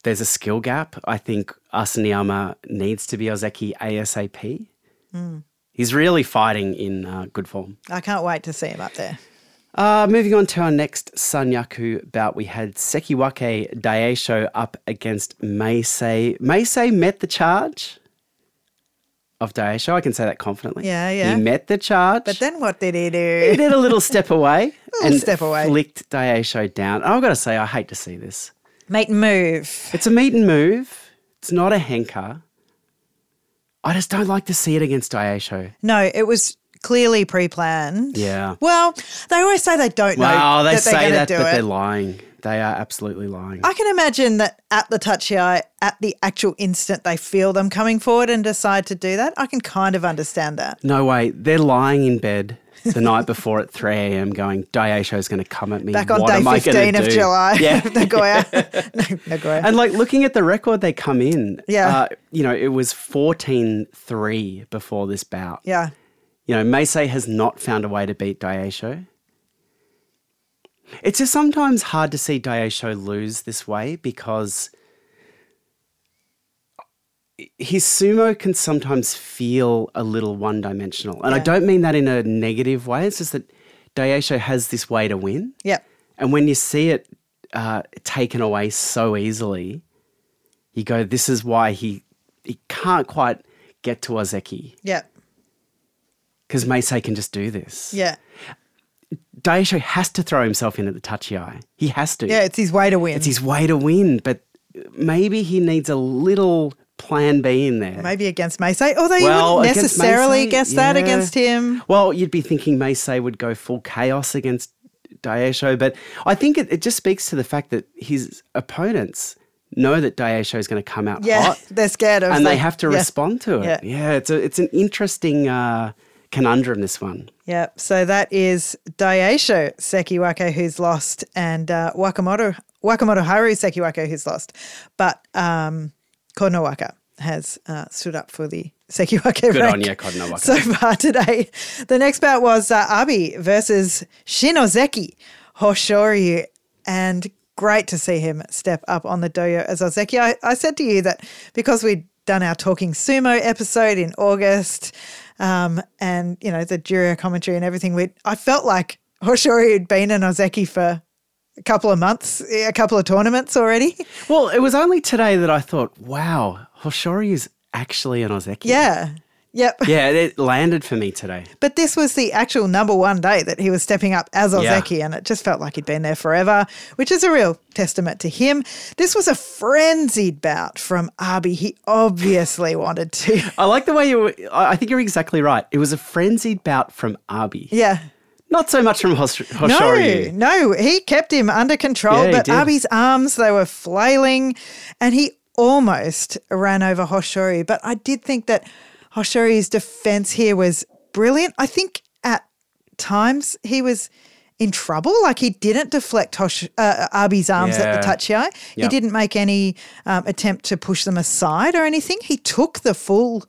[SPEAKER 3] There's a skill gap. I think Asaniyama needs to be Ozeki ASAP.
[SPEAKER 1] Hmm.
[SPEAKER 3] He's really fighting in uh, good form.
[SPEAKER 1] I can't wait to see him up there.
[SPEAKER 3] Uh, moving on to our next Sanyaku bout, we had Sekiwake Daisho up against Meisei. Meisei met the charge of Daisho. I can say that confidently.
[SPEAKER 1] Yeah, yeah.
[SPEAKER 3] He met the charge.
[SPEAKER 1] But then what did he
[SPEAKER 3] he
[SPEAKER 1] do?
[SPEAKER 3] did a little step away and
[SPEAKER 1] step away.
[SPEAKER 3] flicked Daisho down. I've got to say, I hate to see this.
[SPEAKER 1] [laughs] Make move.
[SPEAKER 3] It's a meet and move. It's not a henker. I just don't like to see it against Daisho.
[SPEAKER 1] No, it was clearly pre-planned.
[SPEAKER 3] Yeah.
[SPEAKER 1] Well, they always say they don't know
[SPEAKER 3] Wow, they
[SPEAKER 1] that they're
[SPEAKER 3] say
[SPEAKER 1] going to
[SPEAKER 3] that,
[SPEAKER 1] do
[SPEAKER 3] but
[SPEAKER 1] it.
[SPEAKER 3] they're lying. They are absolutely lying.
[SPEAKER 1] I can imagine that at the touchy eye, at the actual instant they feel them coming forward and decide to do that. I can kind of understand that.
[SPEAKER 3] No way. They're lying in bed the night before at 3 a.m. going, Daisho's going to come at me.
[SPEAKER 1] Back on
[SPEAKER 3] What am I
[SPEAKER 1] day 15
[SPEAKER 3] gonna
[SPEAKER 1] of
[SPEAKER 3] do?"
[SPEAKER 1] July, [laughs]
[SPEAKER 3] Yeah. [laughs]
[SPEAKER 1] Nagoya. no, Nagoya.
[SPEAKER 3] And like looking at the record they come in,
[SPEAKER 1] Yeah.
[SPEAKER 3] uh, you know, it was 14 3 before this bout.
[SPEAKER 1] yeah.
[SPEAKER 3] You know, Meisei has not found a way to beat Daisho. It's just sometimes hard to see Daisho lose this way because his sumo can sometimes feel a little one dimensional. And I don't mean that in a negative way. It's just that Daisho has this way to win.
[SPEAKER 1] Yep.
[SPEAKER 3] And when you see it uh, taken away so easily, you go, this is why he, he can't quite get to Ozeki
[SPEAKER 1] Yep.
[SPEAKER 3] because Meisei can just do this.
[SPEAKER 1] Yeah.
[SPEAKER 3] Daisho has to throw himself in at the touchy eye. He has to.
[SPEAKER 1] Yeah. It's his way to win.
[SPEAKER 3] It's his way to win, but maybe he needs a little plan B in there.
[SPEAKER 1] Maybe against Macy, although you wouldn't
[SPEAKER 3] against
[SPEAKER 1] necessarily
[SPEAKER 3] Meisei,
[SPEAKER 1] guess that
[SPEAKER 3] yeah.
[SPEAKER 1] against him.
[SPEAKER 3] Well, you'd be thinking Meisei would go full chaos against Daisho, but I think it, it just speaks to the fact that his opponents know that Daisho is going to come out
[SPEAKER 1] Yeah. [laughs]
[SPEAKER 3] hot
[SPEAKER 1] They're scared of
[SPEAKER 3] and
[SPEAKER 1] the-
[SPEAKER 3] they have to
[SPEAKER 1] yeah.
[SPEAKER 3] respond to it.
[SPEAKER 1] Yeah.
[SPEAKER 3] Yeah, it's, a, it's an interesting uh, conundrum, this one.
[SPEAKER 1] Yep. So that is Daisho Sekiwake who's lost and uh, Wakamoto Wakamoto Haru Sekiwake who's lost, but um, Konowaka has uh, stood up for the Sekiwake. Good
[SPEAKER 3] on you, Konowaka.
[SPEAKER 1] So [laughs] far today, the next bout was uh, Abi versus Shinozeki Hoshoryu, and great to see him step up on the dojo as Ozeki. I, I said to you that because we'd done our talking sumo episode in August, um, and you know the jury commentary and everything, we I felt like Hoshoryu had been in Ozeki for a couple of months, a couple of tournaments already. [laughs]
[SPEAKER 3] Well, it was only today that I thought, wow, Hoshori is actually an Ozeki.
[SPEAKER 1] Yeah. Yep.
[SPEAKER 3] Yeah, it landed for me today.
[SPEAKER 1] But this was the actual number one day that he was stepping up as
[SPEAKER 3] Yeah.
[SPEAKER 1] Ozeki, and it just felt like he'd been there forever, which is a real testament to him. This was a frenzied bout from Arby. He obviously wanted to. [laughs]
[SPEAKER 3] I like the way you were, I I think you're exactly right. It was a frenzied bout from Arby.
[SPEAKER 1] Yeah.
[SPEAKER 3] Not so much from Hosh- Hoshoryu.
[SPEAKER 1] No, no, he kept him under control,
[SPEAKER 3] Yeah, he
[SPEAKER 1] but
[SPEAKER 3] did.
[SPEAKER 1] Abi's arms, they were flailing, and he almost ran over Hoshoryu. But I did think that Hoshoryu's defense here was brilliant. I think at times he was in trouble. Like he didn't deflect Hosh- uh, Abi's arms at
[SPEAKER 3] Yeah.
[SPEAKER 1] the touchy eye. He
[SPEAKER 3] Yep.
[SPEAKER 1] didn't make any um, attempt to push them aside or anything. He took the full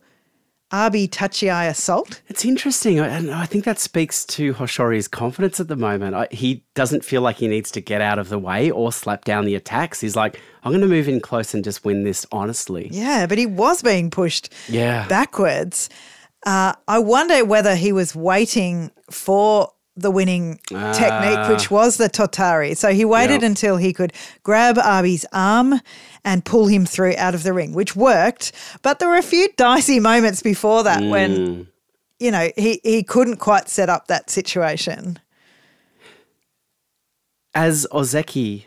[SPEAKER 1] Abi touchy eye assault.
[SPEAKER 3] It's interesting, I- and I think that speaks to Hoshori's confidence at the moment. I, he doesn't feel like he needs to get out of the way or slap down the attacks. He's like, I'm going to move in close and just win this honestly.
[SPEAKER 1] Yeah, but he was being pushed
[SPEAKER 3] Yeah.
[SPEAKER 1] backwards. Uh, I wonder whether he was waiting for the winning technique, which was the Totari. So he waited
[SPEAKER 3] Ah. Yep.
[SPEAKER 1] until he could grab Arby's arm and pull him through out of the ring, which worked. But there were a few dicey moments before that
[SPEAKER 3] Mm.
[SPEAKER 1] when, you know, he, he couldn't quite set up that situation.
[SPEAKER 3] As Ozeki,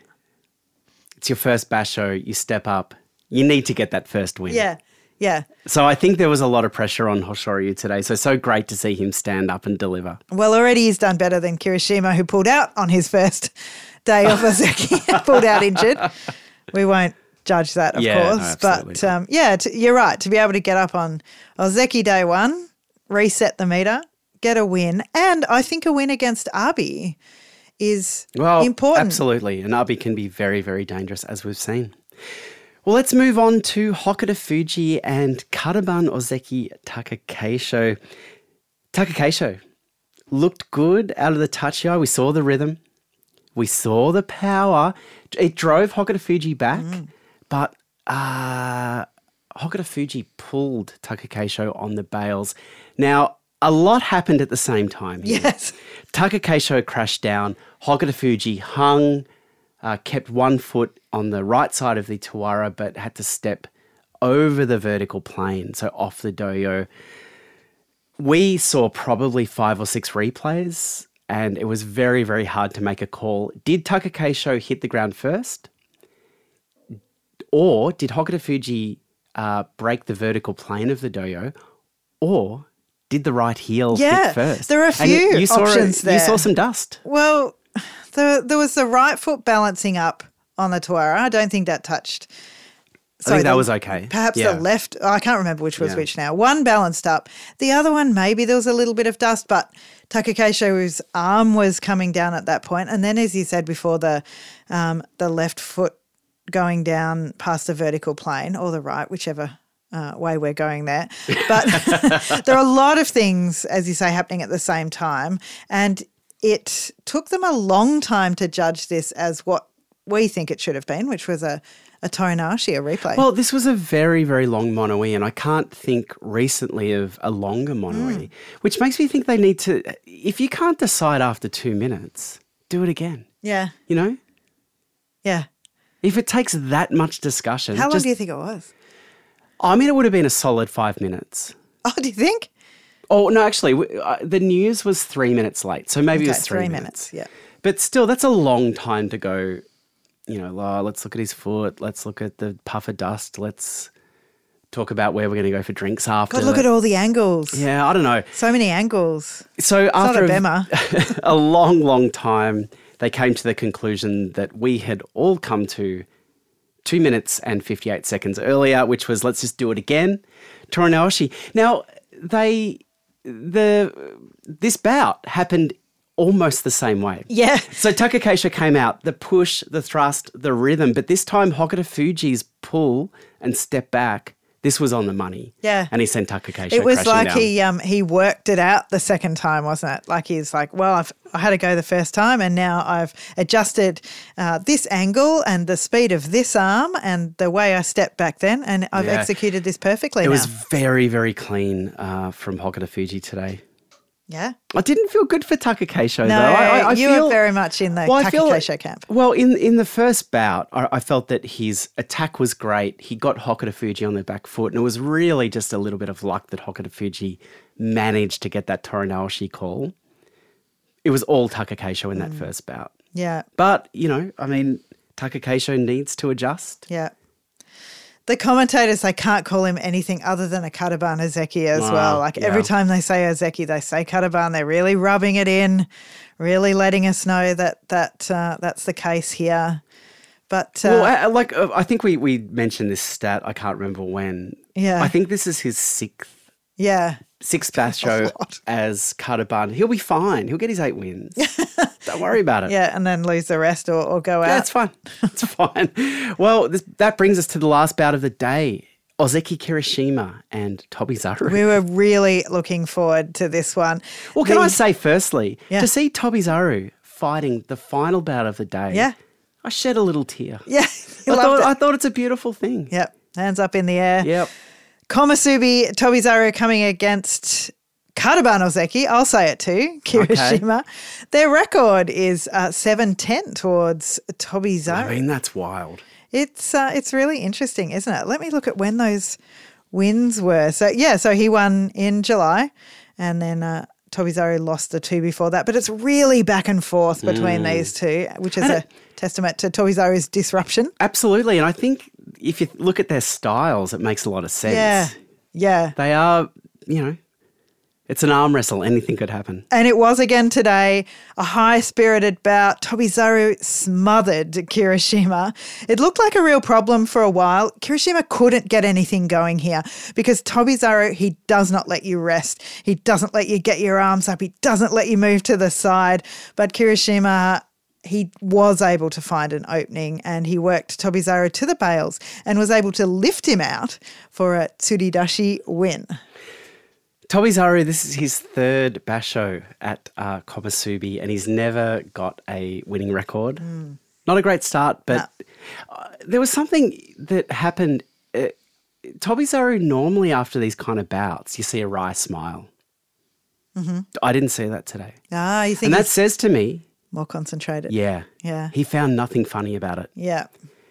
[SPEAKER 3] it's your first basho, you step up, you need to get that first win.
[SPEAKER 1] Yeah. Yeah.
[SPEAKER 3] So I think there was a lot of pressure on Hoshoryu today. So, so great to see him stand up and deliver.
[SPEAKER 1] Well, already he's done better than Kirishima, who pulled out on his first day of [laughs] Ozeki, pulled out injured. We won't judge that, of
[SPEAKER 3] Yeah, no,
[SPEAKER 1] course.
[SPEAKER 3] absolutely
[SPEAKER 1] but
[SPEAKER 3] not.
[SPEAKER 1] um, yeah, to, you're right. To be able to get up on Ozeki day one, reset the meter, get a win, and I think a win against Abi is
[SPEAKER 3] Well,
[SPEAKER 1] important.
[SPEAKER 3] Absolutely. And Abi can be very, very dangerous, as we've seen. Well, let's move on to Hokuto Fuji and Karaban Ozeki Takakesho. Takakesho looked good out of the touchy eye. We saw the rhythm, we saw the power. It drove Hokuto Fuji back, but uh, Hokuto Fuji pulled Takakesho on the bales. Now, a lot happened at the same time. here.
[SPEAKER 1] Yes.
[SPEAKER 3] Taka Keisho crashed down. Hokuto Fuji hung, uh, kept one foot on the right side of the Tawara, but had to step over the vertical plane, so off the doyo. We saw probably five or six replays, and it was very, very hard to make a call. Did Taka Keisho hit the ground first? Or did Hokuto Fuji uh, break the vertical plane of the doyo? Or did the right heel
[SPEAKER 1] Yeah,
[SPEAKER 3] hit first?
[SPEAKER 1] there are a
[SPEAKER 3] And
[SPEAKER 1] few
[SPEAKER 3] you saw
[SPEAKER 1] options
[SPEAKER 3] You
[SPEAKER 1] there.
[SPEAKER 3] saw some dust.
[SPEAKER 1] Well, there, there was the right foot balancing up on the Tuara. I don't think that touched. So
[SPEAKER 3] that was okay.
[SPEAKER 1] Perhaps
[SPEAKER 3] Yeah.
[SPEAKER 1] the left. I can't remember which was
[SPEAKER 3] Yeah.
[SPEAKER 1] which now. One balanced up. The other one, maybe there was a little bit of dust, but Takakesho's arm was coming down at that point. And then, as you said before, the um, the left foot going down past the vertical plane or the right, whichever uh, way we're going there. But [laughs] there are a lot of things, as you say, happening at the same time. And it took them a long time to judge this as what we think it should have been, which was a, a Torinashi, a replay.
[SPEAKER 3] Well, this was a very, very long monoe, and I can't think recently of a longer monoe,
[SPEAKER 1] Mm.
[SPEAKER 3] which makes me think they need to. If you can't decide after two minutes, do it again.
[SPEAKER 1] yeah,
[SPEAKER 3] You know,
[SPEAKER 1] yeah.
[SPEAKER 3] if it takes that much discussion,
[SPEAKER 1] How long
[SPEAKER 3] just-
[SPEAKER 1] do you think it was? [laughs]
[SPEAKER 3] I mean, it would have been a solid five minutes.
[SPEAKER 1] Oh, do you think?
[SPEAKER 3] Oh no, actually, w- uh, the news was three minutes late, so maybe it
[SPEAKER 1] Okay,
[SPEAKER 3] was three,
[SPEAKER 1] three minutes,
[SPEAKER 3] minutes.
[SPEAKER 1] yeah.
[SPEAKER 3] but still, that's a long time to go. You know, "Oh, let's look at his foot. Let's look at the puff of dust. Let's talk about where we're going to go for drinks after.
[SPEAKER 1] God, look at
[SPEAKER 3] Let-
[SPEAKER 1] all the angles.
[SPEAKER 3] Yeah, I don't know.
[SPEAKER 1] So many angles.
[SPEAKER 3] So
[SPEAKER 1] not
[SPEAKER 3] after
[SPEAKER 1] a
[SPEAKER 3] a-
[SPEAKER 1] bema.
[SPEAKER 3] [laughs] a long, long time, they came to the conclusion that we had all come to two minutes and fifty-eight seconds earlier, which was let's just do it again, Toranaoshi. Now they the this bout happened almost the same way.
[SPEAKER 1] Yeah.
[SPEAKER 3] So Takakesha came out, the push, the thrust, the rhythm, but this time Hokuto Fuji's pull and step back. This was on the money.
[SPEAKER 1] Yeah.
[SPEAKER 3] And he sent Takakesha.
[SPEAKER 1] It was
[SPEAKER 3] crashing
[SPEAKER 1] like
[SPEAKER 3] down.
[SPEAKER 1] he um he worked it out the second time, wasn't it? Like he's like, well, I've I had a go the first time, and now I've adjusted uh, this angle and the speed of this arm and the way I stepped back then, and I've
[SPEAKER 3] Yeah.
[SPEAKER 1] executed this perfectly.
[SPEAKER 3] It
[SPEAKER 1] now.
[SPEAKER 3] was very, very clean uh, from Hokuto Fuji today.
[SPEAKER 1] yeah.
[SPEAKER 3] I didn't feel good for
[SPEAKER 1] No,
[SPEAKER 3] Takakesho though. I, I, I
[SPEAKER 1] you
[SPEAKER 3] feel,
[SPEAKER 1] were very much in the
[SPEAKER 3] Well, I feel-
[SPEAKER 1] Takakesho camp.
[SPEAKER 3] Well, in in the first bout, I, I felt that his attack was great. He got Hokuto Fuji on the back foot, and it was really just a little bit of luck that Hokuto Fuji managed to get that Toranaoshi call. It was all Takakesho in that
[SPEAKER 1] Mm.
[SPEAKER 3] first bout.
[SPEAKER 1] Yeah.
[SPEAKER 3] But, you know, I mean, Takakesho needs to adjust.
[SPEAKER 1] Yeah. the commentators, they can't call him anything other than a Kataban Ozeki as
[SPEAKER 3] Wow,
[SPEAKER 1] well. Like every
[SPEAKER 3] yeah.
[SPEAKER 1] time they say Ozeki, they say Kataban. They're really rubbing it in, really letting us know that that uh, that's the case here. But uh,
[SPEAKER 3] Well, I, I like uh, I think we we mentioned this stat. I can't remember when.
[SPEAKER 1] Yeah.
[SPEAKER 3] I think this is his sixth
[SPEAKER 1] yeah,
[SPEAKER 3] sixth
[SPEAKER 1] [laughs]
[SPEAKER 3] basho as Kataban. He'll be fine. He'll get his eight
[SPEAKER 1] [laughs]
[SPEAKER 3] wins. Don't worry about it.
[SPEAKER 1] yeah, and then lose the rest or, or go out.
[SPEAKER 3] Yeah, it's fine. It's [laughs] fine. Well, this, that brings us to the last bout of the day. Ozeki Kirishima and Toby Zaru.
[SPEAKER 1] we were really looking forward to this one.
[SPEAKER 3] Well, can I
[SPEAKER 1] The-
[SPEAKER 3] say firstly,
[SPEAKER 1] Yeah.
[SPEAKER 3] to see Toby Zaru fighting the final bout of the day,
[SPEAKER 1] Yeah.
[SPEAKER 3] I shed a little tear.
[SPEAKER 1] [laughs] Yeah, you
[SPEAKER 3] I
[SPEAKER 1] loved
[SPEAKER 3] thought,
[SPEAKER 1] it.
[SPEAKER 3] I thought it's a beautiful thing.
[SPEAKER 1] Yep, hands up in the air.
[SPEAKER 3] Yep.
[SPEAKER 1] Komasubi Toby Zaru coming against Kataban Ozeki. I'll say it too, [laughs] Kirishima. Their record is uh, 7-10 towards Toby Zaru.
[SPEAKER 3] I mean, that's wild.
[SPEAKER 1] It's uh, it's really interesting, isn't it? Let me look at when those wins were. So yeah, so he won in July, and then uh, Toby Zaru lost the two before that. But it's really back and forth between these two, which is
[SPEAKER 3] Mm. And
[SPEAKER 1] a
[SPEAKER 3] it-
[SPEAKER 1] testament to Toby Zaru's disruption.
[SPEAKER 3] Absolutely. And I think if you look at their styles, it makes a lot of sense.
[SPEAKER 1] Yeah, yeah.
[SPEAKER 3] They are, you know, it's an arm wrestle. Anything could happen.
[SPEAKER 1] And it was again today a high spirited bout. Toby Zaru smothered Kirishima. It looked like a real problem for a while. Kirishima couldn't get anything going here because Toby Zaru, he does not let you rest. He doesn't let you get your arms up. He doesn't let you move to the side. But Kirishima, he was able to find an opening and he worked Toby Zaru to the bales and was able to lift him out for a Tsuridashi win.
[SPEAKER 3] Toby Zaru, this is his third basho at uh, Komasubi, and he's never got a winning record. Not a great start, but uh, there was something that happened. Uh, Toby Zaru, normally after these kind of bouts, you see a wry smile. I didn't see that today.
[SPEAKER 1] Ah, you
[SPEAKER 3] And
[SPEAKER 1] think
[SPEAKER 3] that
[SPEAKER 1] he's
[SPEAKER 3] says to me,
[SPEAKER 1] more concentrated?
[SPEAKER 3] yeah,
[SPEAKER 1] Yeah.
[SPEAKER 3] he found nothing funny about it,
[SPEAKER 1] Yeah.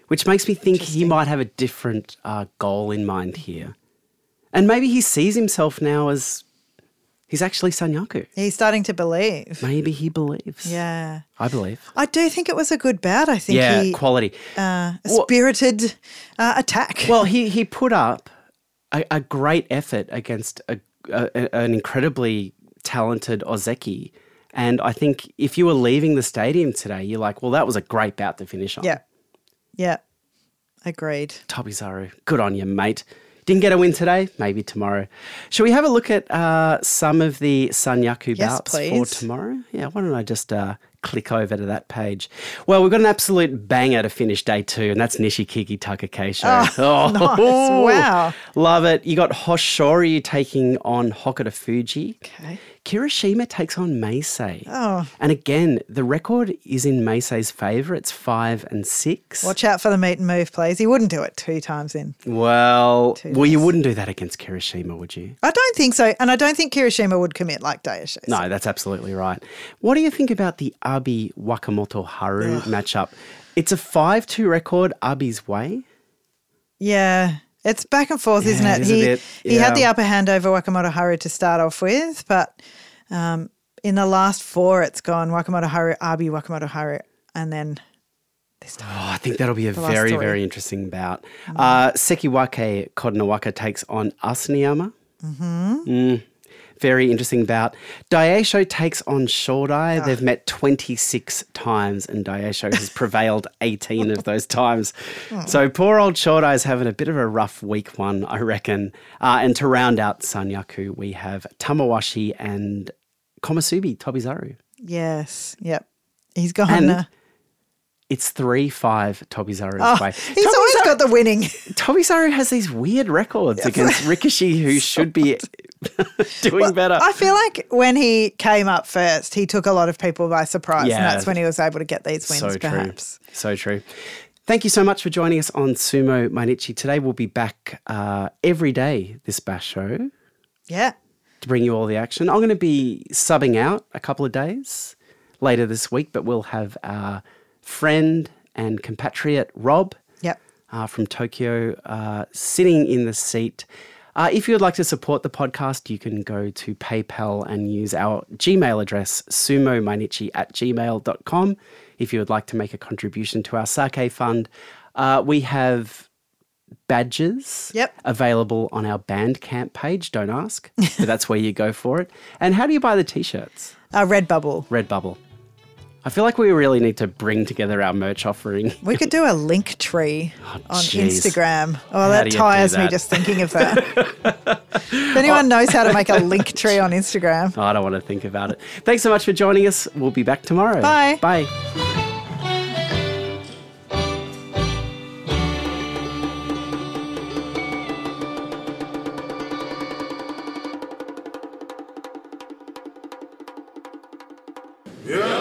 [SPEAKER 3] which makes me think he might have a different uh, goal in mind here. And maybe he sees himself now as he's actually Sanyaku.
[SPEAKER 1] He's starting to believe.
[SPEAKER 3] Maybe he believes.
[SPEAKER 1] Yeah.
[SPEAKER 3] I believe.
[SPEAKER 1] I do think it was a good bout. I think
[SPEAKER 3] Yeah,
[SPEAKER 1] he
[SPEAKER 3] quality.
[SPEAKER 1] uh, a
[SPEAKER 3] Well-
[SPEAKER 1] spirited uh, attack.
[SPEAKER 3] well, he, he put up a, a great effort against a, a, an incredibly talented Ozeki. And I think if you were leaving the stadium today, you're like, well, that was a great bout to finish on.
[SPEAKER 1] yeah. Yeah. Agreed.
[SPEAKER 3] Toby Zaru, good on you, mate. Didn't get a win today, maybe tomorrow. Shall we have a look at uh, some of the Sanyaku
[SPEAKER 1] Yes,
[SPEAKER 3] bouts
[SPEAKER 1] please.
[SPEAKER 3] for tomorrow? Yeah, why don't I just uh, click over to that page? Well, we've got an absolute banger to finish day two, and that's Nishikigi Takakesho. [laughs] Oh,
[SPEAKER 1] Ah, nice. Wow.
[SPEAKER 3] Love it. You got Hoshoryu taking on Hokuto Fuji.
[SPEAKER 1] Okay.
[SPEAKER 3] Kirishima takes on Meisei.
[SPEAKER 1] Oh.
[SPEAKER 3] And again, the record is in Meisei's favour. It's five and six.
[SPEAKER 1] Watch out for the meet and move, please. He wouldn't do it two times in.
[SPEAKER 3] Well, well, you
[SPEAKER 1] days.
[SPEAKER 3] wouldn't do that against Kirishima, would you?
[SPEAKER 1] I don't think so. And I don't think Kirishima would commit like Daisha.
[SPEAKER 3] No, that's absolutely right. What do you think about the Abi Wakamoto Haru matchup? It's a 5 2 record, Abi's way.
[SPEAKER 1] Yeah. It's back and forth, isn't
[SPEAKER 3] Yeah,
[SPEAKER 1] it?
[SPEAKER 3] it is a
[SPEAKER 1] he
[SPEAKER 3] bit,
[SPEAKER 1] he had the
[SPEAKER 3] yeah.
[SPEAKER 1] upper hand over Wakamoto Haru to start off with, but um, in the last four, it's gone Wakamoto Haru, Abi Wakamoto Haru, and then
[SPEAKER 3] Oh, I think that'll be a
[SPEAKER 1] last
[SPEAKER 3] very,
[SPEAKER 1] three.
[SPEAKER 3] very interesting bout. Uh, Sekiwake Kodnawaka takes on Asuniyama. Mm-hmm. very interesting bout. Daisho takes on Shodai. They've met 26 times, and Daisho has prevailed 18 of those times. So poor old Shodai's having a bit of a rough week one, I reckon. Uh, and to round out Sanyaku, we have Tamawashi and Komasubi Tobizaru.
[SPEAKER 1] Yes. Yep. He's gone.
[SPEAKER 3] And
[SPEAKER 1] uh,
[SPEAKER 3] it's 3 5 Tobizaru's
[SPEAKER 1] oh,
[SPEAKER 3] way.
[SPEAKER 1] [laughs] he's always got the winning. [laughs]
[SPEAKER 3] Toby Saru has these weird records against Rikishi, who should be [laughs] doing better.
[SPEAKER 1] I feel like when he came up first, he took a lot of people by surprise, and
[SPEAKER 3] Yeah.
[SPEAKER 1] that's when he was able to get these wins.
[SPEAKER 3] so
[SPEAKER 1] perhaps.
[SPEAKER 3] true. So true. Thank you so much for joining us on Sumo Mainichi. Today we'll be back uh, every day this bash show
[SPEAKER 1] Yeah.
[SPEAKER 3] to bring you all the action. I'm going to be subbing out a couple of days later this week, but we'll have our friend and compatriot Rob
[SPEAKER 1] Yep.
[SPEAKER 3] uh, from Tokyo, uh, sitting in the seat. Uh, if you would like to support the podcast, you can go to PayPal and use our Gmail address, sumomainichi at gmail.com. If you would like to make a contribution to our sake fund, uh, we have badges
[SPEAKER 1] Yep.
[SPEAKER 3] available on our Bandcamp page. Don't ask, but that's where you go for it. And how do you buy the t shirts?
[SPEAKER 1] Uh, Redbubble.
[SPEAKER 3] Redbubble. I feel like we really need to bring together our merch offering.
[SPEAKER 1] We could do a link tree on
[SPEAKER 3] Oh, jeez.
[SPEAKER 1] Instagram. Oh,
[SPEAKER 3] do
[SPEAKER 1] that
[SPEAKER 3] you do
[SPEAKER 1] tires me
[SPEAKER 3] that? Oh.
[SPEAKER 1] just thinking of
[SPEAKER 3] [laughs]
[SPEAKER 1] that. if anyone knows how to make a link tree on Instagram,
[SPEAKER 3] I don't want to think about it. Thanks so much for joining us. We'll be back tomorrow.
[SPEAKER 1] Bye.
[SPEAKER 3] Bye.
[SPEAKER 2] Yeah.